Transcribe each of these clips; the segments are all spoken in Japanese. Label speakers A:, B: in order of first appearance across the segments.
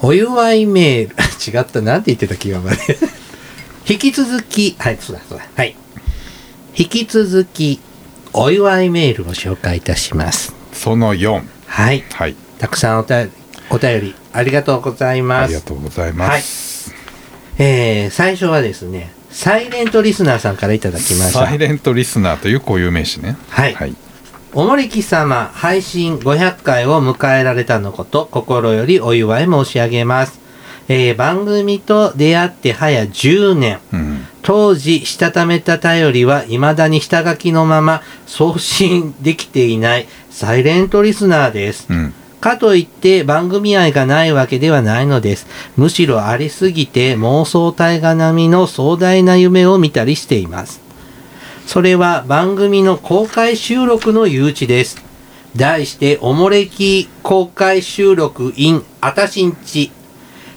A: お祝いメール。 違った。なんて言ってたっけ、今まで。 引き続き、はい、そうだ、そうだ。はい。引き続き、お祝いメールを紹介いたします。
B: その4
A: はい。
B: はい
A: たくさんおたお便り、ありがとうござい
B: あ
A: ま
B: りが
A: す。
B: とうございます、
A: えー、最初はですね、サイレントリスナーさんからいただきまし
B: サ
A: た
B: イ。レントリスナーという固有名詞ね
A: はい
B: はい、
A: おもれき様、配信500回を迎えられたのこと、心よりお祝い申し上げます。えー番組と出会って早10年。
B: うん、
A: 当時、したためた頼りは未だに下書きのまま送信できていないサイレントリスナーです。
B: うん、
A: かといって番組愛がないわけではないのです。むしろありすぎて妄想大河並みの壮大な夢を見たりしています。それは番組の公開収録の誘致です。題して、おもれき公開収録 in あたしんち。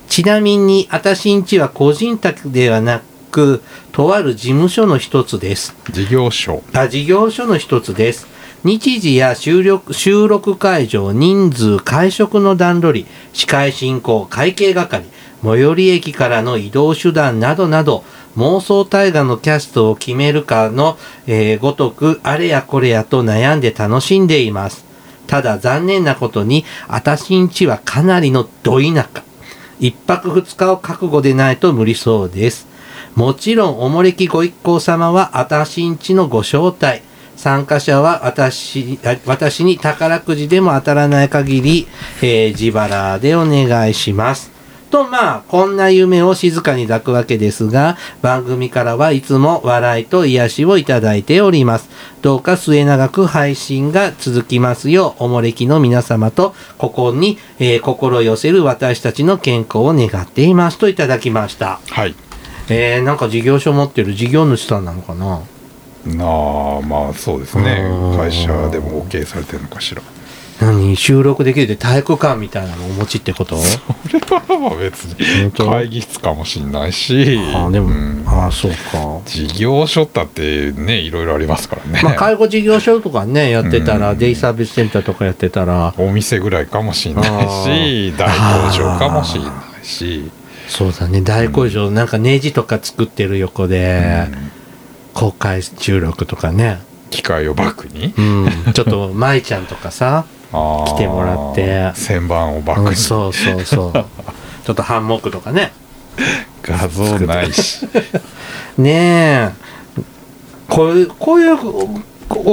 A: ちなみに、あたしんちは個人宅ではなく、とある事務所の一つです。
B: 事業所
A: 他事業所の一つです。日時や収録収録会場、人数、会食の段取り、司会進行、会計係、最寄り駅からの移動手段などなど、妄想大河のキャストを決めるかの、えーごとく、あれやこれやと悩んで楽しんでいます。ただ残念なことに、あたしんちはかなりのど田舎。一泊二日を覚悟でないと無理そうです。もちろん、おもれきご一行様は、あたしんちのご招待。参加者は私、あ私に宝くじでも当たらない限り、えー自腹でお願いします。と、まあ、こんな夢を静かに抱くわけですが、番組からはいつも笑いと癒しをいただいております。どうか末永く配信が続きますよう、おもれきの皆様と、ここに、えー心寄せる私たちの健康を願っていますといただきました。
B: はい
A: えー、なんか事業所持ってる事業主さんなのかな
B: なあまあそうですね
A: うん
B: 会社でも OK されてるのかしら
A: 何収録できるって体育館みたいなのをお持ちってこと
B: それはまあ別に
A: 本当
B: 会議室かもしんないし
A: あーでも、
B: うん
A: ああそうか
B: 事業所だってねいろいろありますからね、
A: まあ介護事業所とかねやってたら、
B: うん
A: デイサービスセンターとかやってたら
B: お店ぐらいかもしんないし大工場かもしんないし、
A: そうだね大工場、なんかネジとか作ってる横で、
B: うん
A: 公開収録とかね
B: 機械をバックに
A: うんちょっと舞ちゃんとかさ、
B: 来
A: 来てもらって
B: 旋盤をバッ
A: う
B: ク
A: ん、
B: に、
A: そうそう そうちょっとハンモックとかね
B: 画像ないし
A: ねえこういうこういうお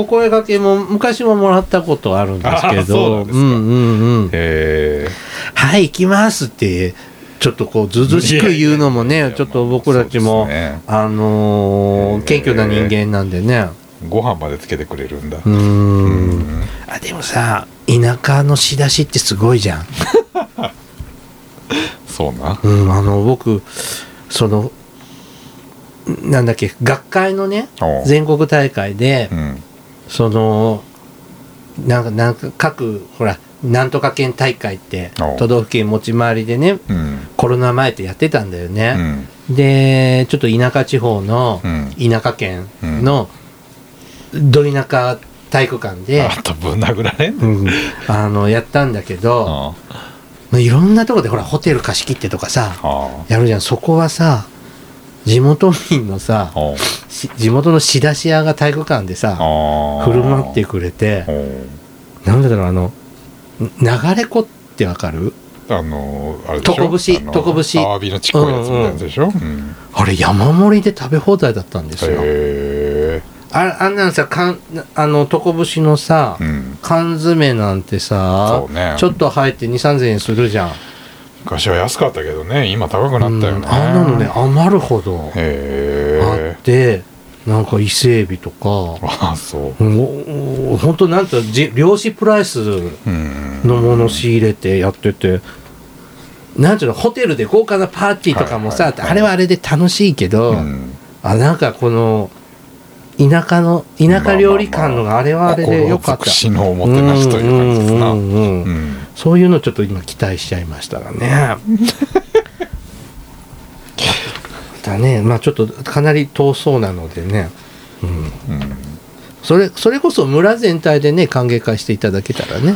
A: お声掛けも昔ももらったことあるんですけ
B: あそうな
A: ど
B: んです
A: う
B: か
A: んうんうん
B: え
A: はい、行きますって、ちょっとこう、ずうずうしく言うのも
B: いやいやい
A: ね
B: や、
A: ちょっと僕たちも、
B: そうですね
A: あのー
B: えー
A: 謙虚な人間なんでね。
B: ー、ご飯までつけてくれるんだ、
A: うーん
B: うん
A: あ、でもさ、田舎の仕出しってすごいじゃん。
B: そうな
A: うん、あの、僕、その、なんだっけ、学会のね
B: お、う
A: 全国大会で
B: う、ん
A: その、なんか、なんか、各、ほら、なんとか県大会って
B: お、
A: 都道府県持ち回りでね、
B: うん
A: コロナ前ってやってたんだよね。
B: うん
A: でちょっと田舎地方の
B: うん
A: 田舎県のど田舎体育館で、
B: あとぶん殴られんの
A: うんあのやったんだけど、
B: あ
A: いろんなとこでほらホテル貸し切ってとかさ
B: あ
A: やるじゃんそこはさ地元民のさ
B: あ
A: し地元の仕出し屋が体育館でさ
B: あ
A: 振る舞ってくれ
B: お
A: て
B: う
A: なんだろうあのん流れ子ってわかる
B: あのあれでしょ
A: 床節
B: あの
A: 床節
B: アワビのちっこいやつみたいなやつでしょ、うん
A: あれ山盛りで食べ放題だったんですよ。
B: へえ
A: ああんなのさかんあの床節のさ、
B: うん
A: 缶詰なんてさ、
B: そうね
A: ちょっと入って2 3 0円するじゃん、
B: 昔は安かったけどね今高くなったよね、
A: うんあんなのね余るほどあ
B: へえ
A: ってなんか伊勢海老とか
B: あそう
A: もうほんとなんとじ漁師プライス
B: うん
A: のもの仕入れてやってて、なんていうのホテルで豪華なパーティーとかもさ、
B: はいはいはい
A: あれはあれで楽しいけど、
B: うん
A: あなんかこの田舎の田舎料理館のがあれはあれでよかった。
B: 心のおもてなしという感じですな。
A: う
B: うんん
A: うんうんうんそういうのちょっと今期待しちゃいましたが ね。だね、まあちょっとかなり遠そうなのでね。うん。
B: うん
A: それ、それこそ村全体でね、歓迎会していただけたらね。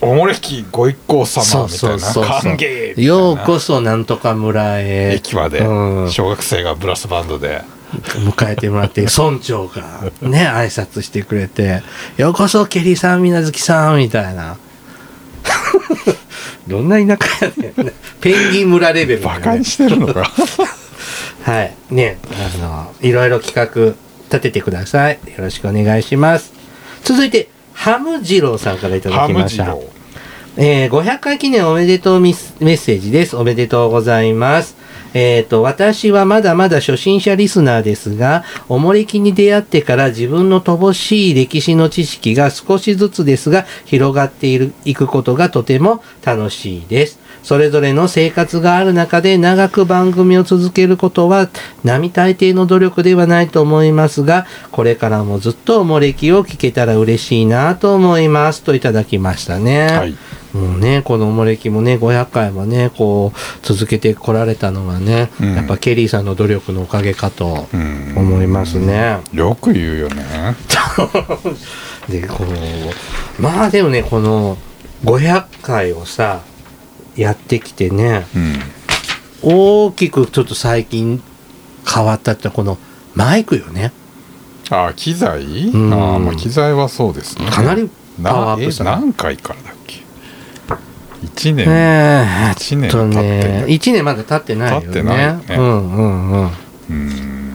B: おもれきご一行
A: そ
B: 様
A: う
B: みたい
A: そ
B: な
A: うそうそう
B: 歓迎みたいな
A: ようこそなんとか村へ
B: 駅まで
A: うん
B: 小学生がブラスバンドで
A: 迎えてもらって村長がね挨拶してくれて「ようこそケリーさん水無月さん」みたいな どんな田舎やねんペンギン村レベルだよ
B: バ
A: ね
B: カにしてるの か
A: はいねあのいろいろ企画立ててくださいよろしくお願いします続いてハムジローさんからいただ
B: ハ
A: き
B: ム
A: まし
B: ジ
A: た
B: ロー
A: えー500回記念おめでとうミスメッセージです。おめでとうございます。えっ、と、私はまだまだ初心者リスナーですが、おもれきに出会ってから自分の乏しい歴史の知識が少しずつですが、広がっている、いくことがとても楽しいです。それぞれの生活がある中で長く番組を続けることは並大抵の努力ではないと思いますが、これからもずっとおもれきを聞けたら嬉しいなと思います。といただきましたね。
B: はい
A: もうね、このおもれきもね、500回もね、こう、続けてこられたのはね、
B: うん
A: やっぱケリーさんの努力のおかげかと
B: うん
A: 思います ね。
B: よく言うよね
A: で、こう、まあでもね、この500回をさ、やってきてね、
B: うん
A: 大きくちょっと最近変わったってこのマイクよね。
B: あー機材
A: うん
B: あーまあ機材はそうですね
A: かなり
B: な
A: パワーアップした
B: え
A: な
B: 何回からだっけ1年、
A: ねえ、
B: 一年
A: ちょっと
B: 経ってん
A: ね
B: だ、
A: 1年まだ経ってないよね。
B: 経ってないね
A: うんうんうん。
B: うん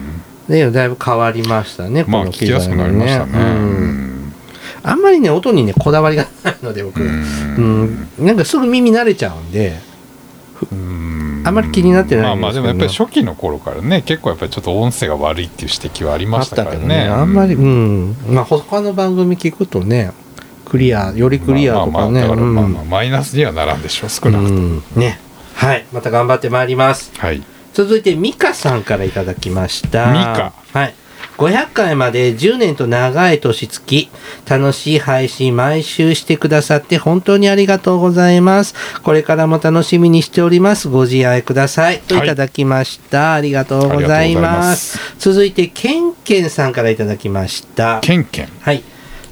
A: ね、だいぶ変わりましたね、
B: まあ
A: この
B: 聞きやすくなりました
A: 機
B: ね
A: 材もねうんあんまりね、音にね、こだわりがないので、僕。
B: う
A: うん
B: ん、
A: なんかすぐ耳慣れちゃうんで、
B: うん
A: あんまり気になってない
B: まあまあでもやっぱり
A: ですけ
B: 初期の頃からね結構やっぱりちょっと音声が悪いっていう指摘はあり
A: あ
B: ま
A: っ
B: した
A: た
B: か
A: け
B: ら
A: ど
B: ね
A: ね、あんまり、うん。まあ、他の番組聞くとね、クリア、よりクリアと
B: まあ
A: か
B: ま
A: ね、
B: あまあだからまあ
A: うん
B: まあマイナスにはならんでしょう少なく
A: う
B: とも、
A: んね。はい、また頑張ってまいります。
B: はい
A: 続いて、ミカさんからいただきました。
B: ミカ
A: はい。500回まで10年と長い年月、楽しい配信毎週してくださって本当にありがとうございます。これからも楽しみにしております。ご自愛ください。といただきました。ありがとうございます。続いて、ケンケンさんからいただきました。
B: ケンケン
A: はい。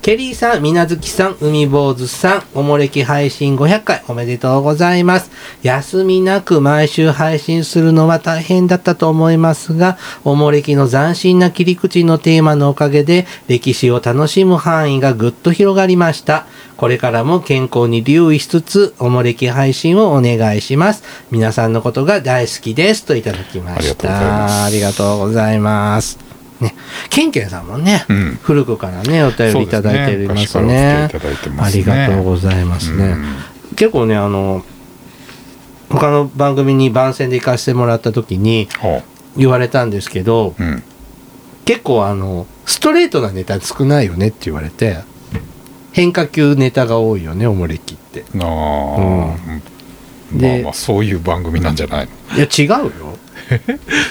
A: ケリーさん、みなずきさん、海坊主さん、おもれき配信500回おめでとうございます。休みなく毎週配信するのは大変だったと思いますが、おもれきの斬新な切り口のテーマのおかげで、歴史を楽しむ範囲がぐっと広がりました。これからも健康に留意しつつ、おもれき配信をお願いします。皆さんのことが大好きです。といただきました。あ
B: あ
A: り
B: り
A: がとうございます。ね、ケンケンさんもね、
B: うん
A: 古くからね、お便りいただいておりますね。
B: そうですね昔からお付き合いいただいてま
A: あ
B: す
A: り
B: ね
A: がとうございますね。結構ね、あの、他の番組に番宣で行かせてもらった時に
B: ほ
A: 言われたんですけど、
B: ううん
A: 結構あの、ストレートなネタ少ないよねって言われて、変化球ネタが多いよね、おもれきって。
B: あ
A: う
B: ー
A: ん
B: まあ
A: で
B: まあそういう番組なんじゃないの
A: いや、違うよ。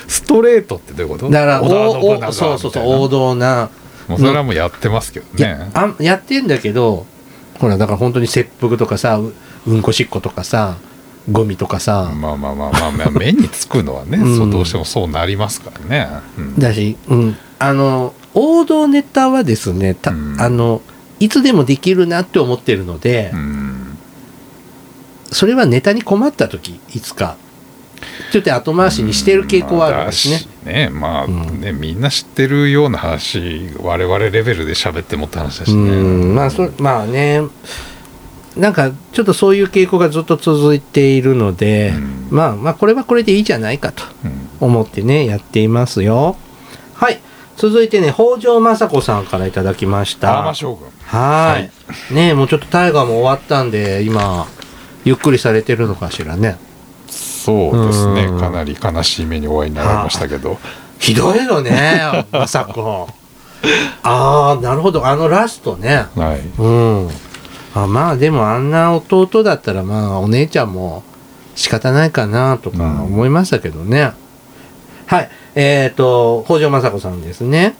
B: ストレートってどういうこと
A: だから、
B: 織田信長
A: おおそうそうそう、王
B: みたい
A: 道な。
B: なもうそれはもうやってますけど
A: いや
B: ね
A: あんやってんだけどほらだから本当に切腹とかさううんこしっことかさゴミとかさ、
B: まあまあまあまあ、まあ、目につくのはね、
A: うん
B: そうどうしてもそうなりますからね、うん
A: だし、うん、あの王道ネタはですねた、
B: うん
A: あのいつでもできるなって思ってるので、
B: うん
A: それはネタに困った時いつかちょっと後回しにしてる傾向はあるんですね。
B: まあだしねまあ
A: うん
B: ね、みんな知ってるような話我々レベルで喋ってもって話だし
A: う
B: ね
A: んまあそまあねなんかちょっとそういう傾向がずっと続いているので、
B: うん
A: まあまあこれはこれでいいじゃないかと。
B: うん
A: 思ってね、やっていますよ。はい。続いてね、北条政子さんからいただきました。
B: ダーマ将軍
A: は。
B: はい
A: ねもうちょっと大河も終わったんで、今、ゆっくりされてるのかしらね。
B: そうですね
A: うん
B: かなり悲しい目にお会いになられましたけど
A: ひどいよね、 政子。ああ、なるほど。あのラストね。
B: はい
A: うん。あまあでもあんな弟だったらまあお姉ちゃんも仕方ないかなとか思いましたけどね。はい。えっ、と、北条政子さんですね。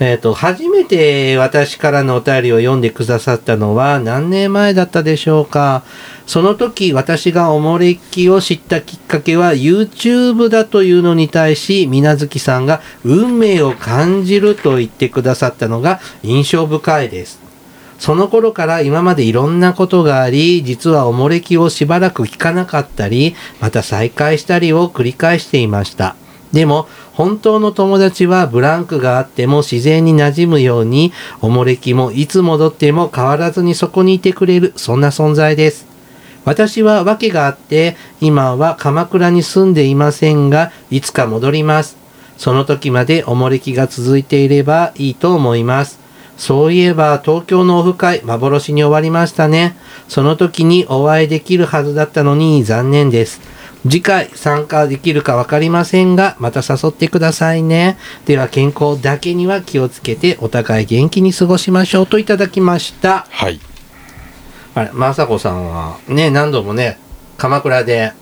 A: えっ、と、初めて私からのお便りを読んでくださったのは何年前だったでしょうか。その時私がおもれきを知ったきっかけは YouTube だというのに対し、みなずきさんが運命を感じると言ってくださったのが印象深いです。その頃から今までいろんなことがあり、実はおもれきをしばらく聞かなかったり、また再会したりを繰り返していました。でも、本当の友達はブランクがあっても自然に馴染むように、おもれきもいつ戻っても変わらずにそこにいてくれる、そんな存在です。私は訳があって、今は鎌倉に住んでいませんが、いつか戻ります。その時までおもれきが続いていればいいと思います。そういえば東京のオフ会幻に終わりましたね。その時にお会いできるはずだったのに残念です。次回参加できるかわかりませんが、また誘ってくださいね。では健康だけには気をつけてお互い元気に過ごしましょうといただきました。
B: はい。
A: あれ、まさこさんはね、何度もね、鎌倉で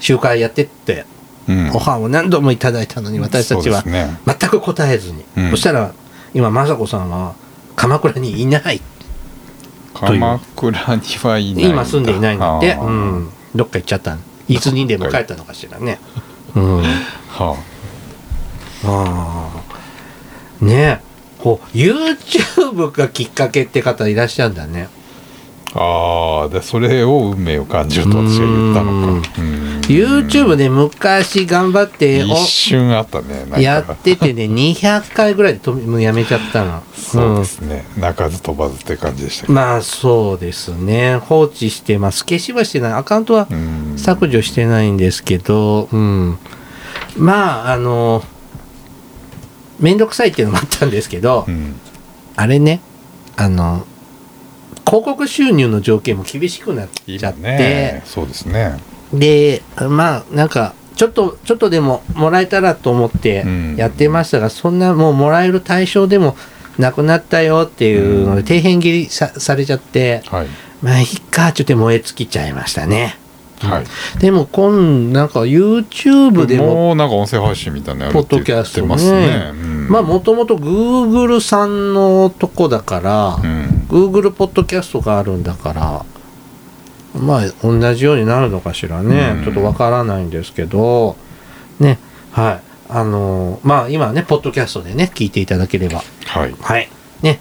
A: 集会やってって、
B: うん
A: オファーを何度もいただいたのに私たちは
B: そうですね
A: 全く答えずに、
B: うん
A: そしたら今雅子さんは鎌倉にいないという
B: 鎌倉にはいないだ。
A: 今住んでいないんだって、
B: あー
A: うん、どっか行っちゃったいつにでも帰ったのかしらね、うん、
B: は
A: あーねえこう YouTube がきっかけって方いらっしゃるんだね
B: あ。ああ、で、それを運命を感じると私が言ったのか。うん
A: YouTube で昔頑張って
B: 一瞬あったね。なんか
A: おやってて ね200回ぐらいでとびもうやめちゃったの
B: そうですね。鳴かず飛ばずって感じでしたけど。
A: まあそうですね放置してます消しはしてないアカウントは
B: うん
A: 削除してないんですけど、うん、まああの面倒くさいっていうのもあったんですけど、
B: うん
A: あれねあの広告収入の条件も厳しくなっちゃ
B: 今
A: って、
B: ね、そうですね。
A: でまあなんかちょっとちょっとでももらえたらと思って
B: うん
A: やってましたが、そんなもうもらえる対象でもなくなったよっていうので、
B: うん
A: 底辺切りさされちゃって、
B: はい。
A: まあいっかちょっと燃え尽きちゃいましたね
B: はい。
A: でも今なんか YouTube でも
B: もうなんか音声配信みたいなのやる
A: ポ
B: っ
A: ッド
B: て
A: キ
B: 言
A: ャ
B: っ
A: ス
B: て
A: ト
B: ま
A: ね
B: すね。うん
A: まあもともと Google さんのとこだから、
B: うん
A: Google ポッドキャストがあるんだからまあ同じようになるのかしらね、
B: うん
A: ちょっとわからないんですけどねはいあのーまあ今ねポッドキャストでね聞いていただければ
B: はい。
A: はいね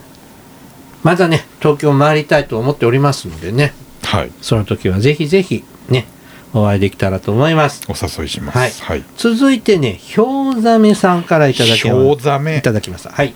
A: まだね東京回りたいと思っておりますのでね
B: はい。
A: その時はぜひぜひねお会いできたらと思います
B: お誘いしま
A: はい
B: す。はい。
A: 続いてね、ひょうざめさんからいただき
B: ひ
A: ま
B: ょうざ
A: い
B: め
A: た。だきました。はい。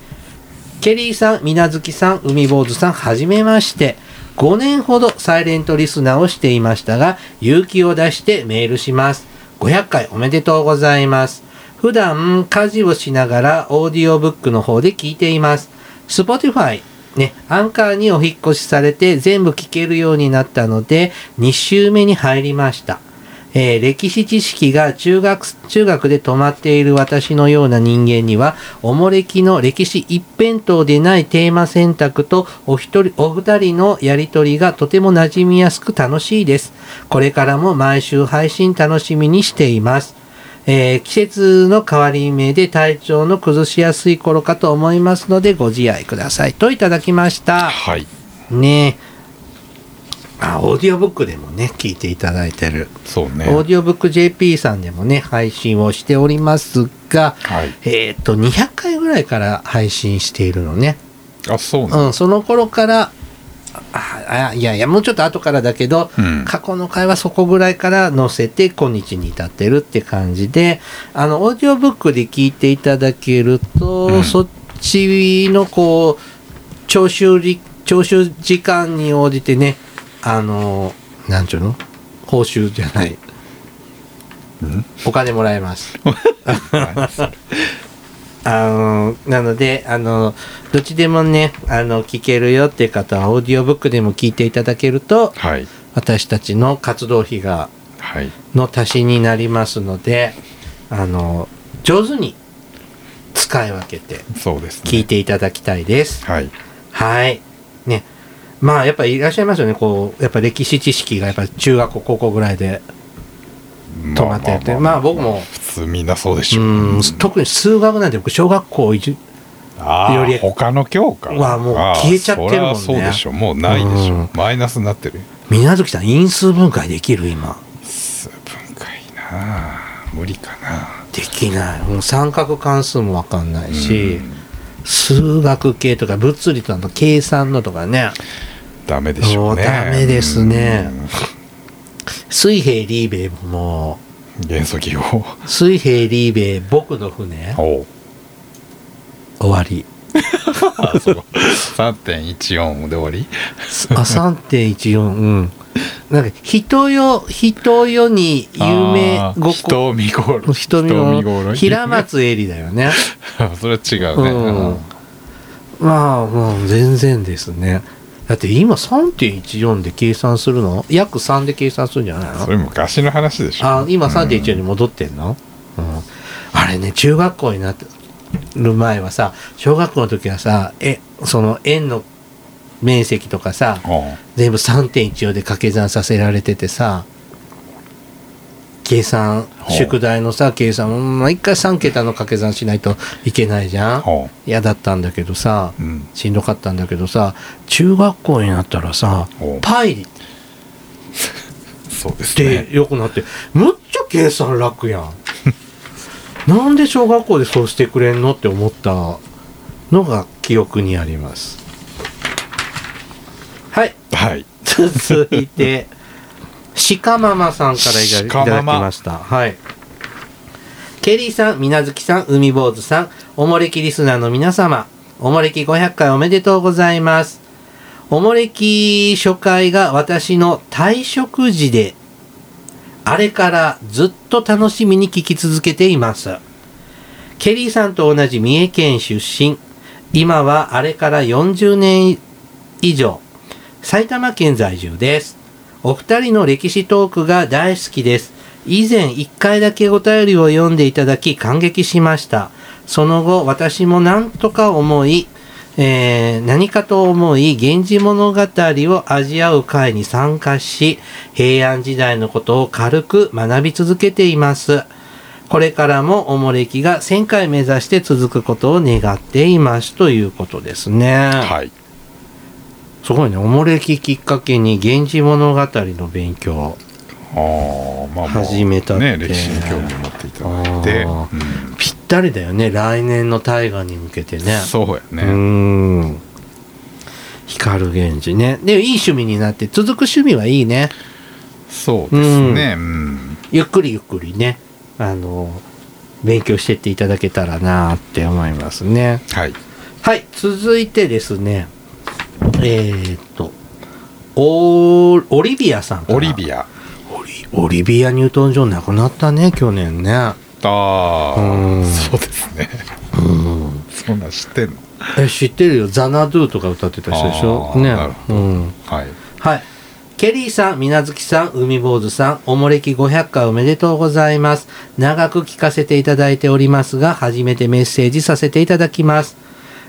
A: ケリーさん、みなずきさん、海坊主さん、はじめまして。5年ほどサイレントリスナーをしていましたが、勇気を出してメールします。500回おめでとうございます。普段、家事をしながらオーディオブックの方で聞いています。Spotify、ね、アンカーにお引っ越しされて全部聞けるようになったので、2週目に入りました。えー歴史知識が中学、中学で止まっている私のような人間には、おもれきの歴史一辺倒でないテーマ選択とお一人、お二人のやりとりがとても馴染みやすく楽しいです。これからも毎週配信楽しみにしています。えー季節の変わり目で体調の崩しやすい頃かと思いますのでご自愛くださいといただきました。
B: はい。
A: ねえあ、オーディオブックでもね、聞いていただいてる。
B: そうね。
A: オーディオブック JP さんでもね、配信をしておりますが、
B: はい。
A: えっ、と、200回ぐらいから配信しているのね。
B: あ、そうな
A: う
B: の
A: ん、その頃から、ああいやいや、もうちょっと後からだけど、
B: うん
A: 過去の回はそこぐらいから載せて、今日に至ってるって感じで、あの、オーディオブックで聞いていただけると、
B: うん
A: そっちの、こう、聴取り、聴取時間に応じてね、あの、なんちゅうの報酬じゃない。
B: うん
A: お金もらえ ます。
B: 何それ
A: あのなのであのどっちでもねあの聞けるよっていう方はオーディオブックでも聞いていただけると
B: はい。
A: 私たちの活動費が
B: はい。
A: の足しになりますのであの上手に使い分けて
B: そうです
A: 聞い
B: ね。
A: ていただきたいです。
B: はい。
A: はいねまあやっぱりいらっしゃいますよねこうやっぱ歴史知識がやっぱ中学校高校ぐらいで止まっててまあ僕も
B: 普通みんなそうでし
A: う
B: ょ
A: ん特に数学なんて僕小学校一
B: あ
A: よ
B: あ
A: り
B: 他の教科
A: はもう
B: ああ
A: 消えちゃってるもんね
B: そりゃそうでしょもうないでし
A: う
B: ょ
A: ん
B: マイナスになってる
A: 水月さん因数分解できる今。
B: 数分解なあ無理かな
A: できないもう三角関数もわかんないし、
B: うん
A: 数学系とか物理とかの計算のとかね
B: ダメでしょうね
A: もうダメですね水平リーベイも
B: うん元 素記号
A: 水平リーベイ僕の船
B: おう
A: 終わり
B: あそう3.14で終わり
A: あ3.14うんなんか人よ人よに 有名
B: あー
A: ごこ
B: 人見頃
A: 人見の平 松絵里だよね
B: それは違うね、
A: うん
B: うん
A: まあもう全然ですねだって今3.14で計算するの約3で計算するんじゃないの
B: それ昔の話でしょ
A: あ今
B: う
A: 3.14
B: ん
A: に戻ってんの、うんあれね中学校になってる前はさ小学校の時はさえその円の面積とかさ
B: おう
A: 全部3.14で掛け算させられててさ計算
B: ほう
A: 宿題のさ計算も毎回3桁の掛け算しないといけないじゃん
B: おう
A: 嫌だったんだけどさ
B: うん
A: しんどかったんだけどさ中学校になったらさ
B: おう
A: パイリっ
B: そうです
A: て
B: ね
A: よくなってむっちゃ計算楽や んなんで小学校でそうしてくれんのって思ったのが記憶にありますはい
B: はい
A: 続いて鹿ママさんからいただい
B: 鹿
A: ただ
B: マ
A: き
B: マ
A: ましたはいケリーさん、みなずきさん、海坊主さん、おもれきリスナーの皆様、おもれき500回おめでとうございます。おもれき初回が私の退職時で、あれからずっと楽しみに聞き続けています。ケリーさんと同じ三重県出身、今はあれから40年以上、埼玉県在住です。お二人の歴史トークが大好きです。以前1回だけお便りを読んでいただき感激しました。その後私も何とか思い、えー何かと思い、源氏物語を味わう会に参加し、平安時代のことを軽く学び続けています。これからもおもれきが1000回目指して続くことを願っていますということですね。
B: はい
A: すごいね。おもれききっかけに、源氏物語の勉強。
B: あーまあもう
A: 始めたって
B: ね歴史に興味を持っていただいて、
A: あー
B: うん
A: ぴったりだよね。来年の大河に向けてね。
B: そうや
A: うー
B: ね、
A: ん。光源氏ね。で、いい趣味になって、続く趣味はいいね。
B: そうですねうん
A: ゆっくりゆっくりね。あの、勉強してっていただけたらなって思いますね。
B: はい
A: はい。続いてですね。えー、っと、オーオリビアさんから
B: オリビア
A: オリオリビア・ニュートン・ジョン亡くなったね去年ね
B: あ
A: うん
B: あそうですね
A: うん
B: そんなん知ってんの
A: え知ってるよザナドゥとか歌ってた人でしょ
B: あー
A: ね
B: なるほ
A: うん
B: はい
A: はいケリーさん、みなずきさん、海坊主さん、おもれき500回おめでとうございます。長く聞かせていただいておりますが、初めてメッセージさせていただきます。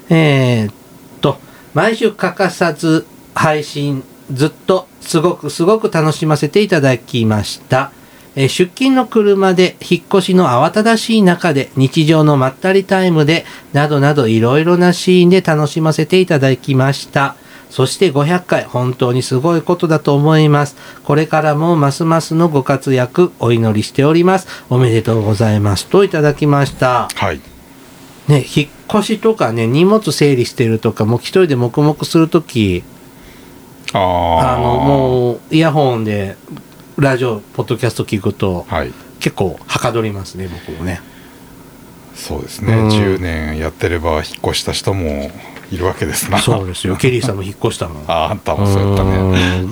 A: えーっと、毎週欠かさず配信ずっとすごくすごく楽しませていただきました。えー出勤の車で引っ越しの慌ただしい中で日常のまったりタイムでなどなどいろいろなシーンで楽しませていただきました。そして500回本当にすごいことだと思います。これからもますますのご活躍お祈りしております。おめでとうございます。といただきました。
B: はい
A: ね、引っ越しとかね、荷物整理してるとか、もう一人で黙々するとき、
B: ああ
A: あの、もう、イヤホンで、ラジオ、ポッドキャスト聞くと、
B: はい
A: 結構、はかどりますね、僕もね。
B: そうですね、
A: うん
B: 10年やってれば引っ越した人もいるわけですな
A: そうですよ。ケリーさんも引っ越したもん。
B: ああんたもそうやったね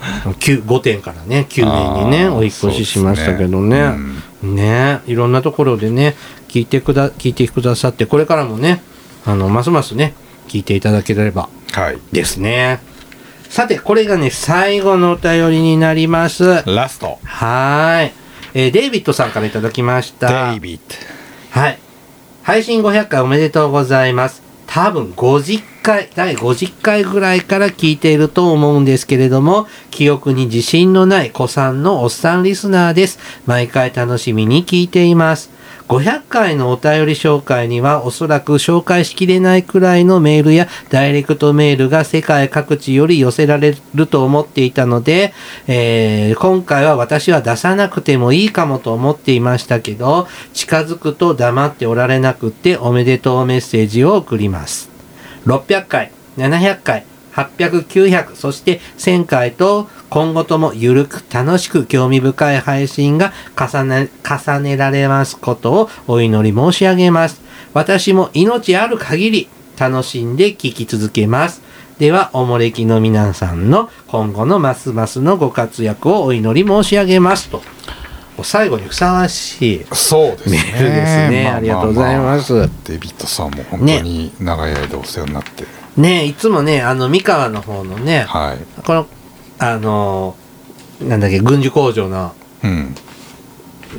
A: 5点からね、9年にね、
B: あー
A: お引っ越ししましたけどね。
B: そうですね
A: ねいろんなところでね、聞いてくだ、聞いてくださって、これからもね、あの、ますますね、聞いていただければ
B: はい
A: ですね。さて、これがね、最後のお便りになります。は
B: ラスト
A: ーい。えーデイビッドさんからいただきまし
B: デ
A: た
B: イ。ビッド
A: はい。配信500回おめでとうございます。多分50回、第50回ぐらいから聞いていると思うんですけれども、記憶に自信のない子さんのおっさんリスナーです。毎回楽しみに聞いています。 500回のお便り紹介にはおそらく紹介しきれないくらいのメールやダイレクトメールが世界各地より寄せられると思っていたので、えー今回は私は出さなくてもいいかもと思っていましたけど、近づくと黙っておられなくっておめでとうメッセージを送ります。600回、700回、800、900、そして1000回と今後ともゆるく楽しく興味深い配信が重ね、重ねられますことをお祈り申し上げます。私も命ある限り楽しんで聞き続けます。では、おもれきの皆さんの今後のますますのご活躍をお祈り申し上げますと。お最後にふさわしい。
B: そうですね。
A: メールですねありがとうございます
B: デビッドさんも本当に長い間お世話になって、
A: ねえいつもね、あの、三河の方のね、
B: はい。
A: この、あのーなんだっけ、軍需工場の
B: うん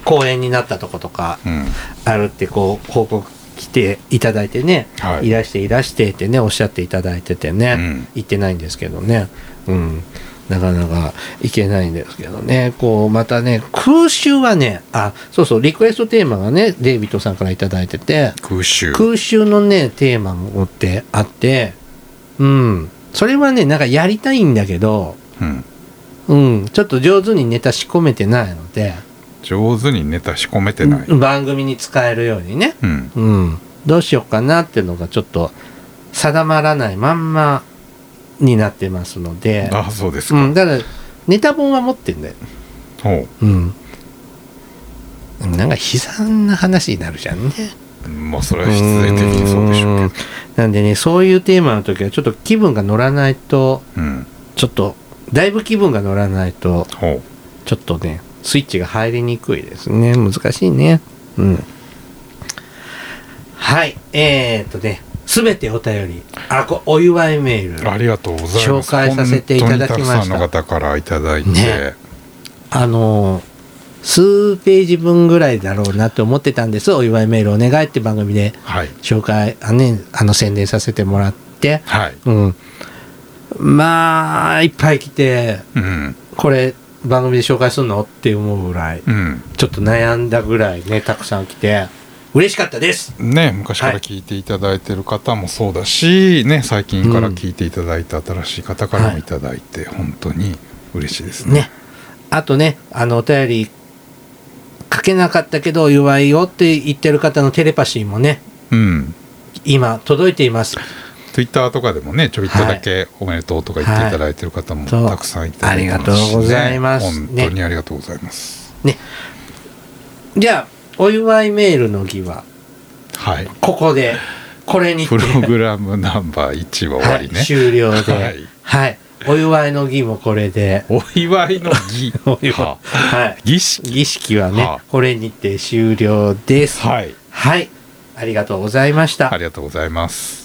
A: 公園になったとことか
B: うん
A: あるって、こう、報告来ていただいてね、
B: はい
A: い、らしていらしてってね、おっしゃっていただいててね、
B: うん
A: 行ってないんですけどね、うん、なかなか行けないんですけどね、こう、またね、空襲はね、あ、そうそう、リクエストテーマがね、デイビッドさんからいただいてて、
B: 空襲。
A: 空襲のね、テーマもってあって、うん、それはね、なんかやりたいんだけど、
B: うん
A: うん、ちょっと上手にネタ仕込めてないので、
B: 上手にネタ仕込めてない。
A: 番組に使えるようにね、
B: うん。
A: うん、どうしようかなっていうのがちょっと定まらないまんまになってますので、
B: あ、そうです
A: う
B: か。
A: ん、だからネタ本は持ってんだよ。
B: ほ
A: うんなんか悲惨な話になるじゃんね。
B: う。まあそれは必然的にそうでしょうけ
A: んなんでね、そういうテーマの時はちょっと気分が乗らないと、
B: ど。うん。
A: ちょっと、だいぶ気分が乗らないと、
B: ほ
A: ちょっとね、スイッチが入りにくいですね。難しいね。うん。はい。えー、っとね、すべてお便り、あ、こお祝いメー
B: う。あ
A: ル。
B: りがとうございます。
A: 紹介させていただきました
B: 本当にたくさんの方からいただいて、
A: ねあのー、数ページ分ぐらいだろうなって思ってたんです。お祝いメールお願いって番組で
B: はい
A: 紹介、あね、あの宣伝させてもらって。
B: はい。
A: うん。まあ、いっぱい来て、
B: うん
A: これ番組で紹介するのって思うぐらい。
B: うん。
A: ちょっと悩んだぐらいね、たくさん来て、嬉しかったです。
B: ね、昔から聞いていただいてる方もそうだし、ね、最近から聞いていただいた新しい方からもいただいて、本当に嬉しいですね。
A: ね。あとね、あの、お便り、書けなかったけど、お祝いをって言ってる方のテレパシーもね、
B: うん、
A: 今、届いています。
B: Twitter とかでもねちょびっとだけ「おめでとう」とか言っていただいてる方も
A: そう
B: たくさんいただいてますし、ね
A: ありがとうございます
B: 本当にありがとうございます。
A: ね。じゃあ、お祝いメールの儀は、
B: はい、
A: ここで、これにて、
B: プログラムナンバー1は終わりね。
A: はい、終了で、は
B: はいい、
A: お祝いの儀もこれで、
B: お祝いの儀
A: お祝い
B: は
A: はい。
B: 儀式
A: 儀式はね
B: は、
A: これにて終了です。
B: はい
A: はい。ありがとうございました
B: あ。りがとうございます。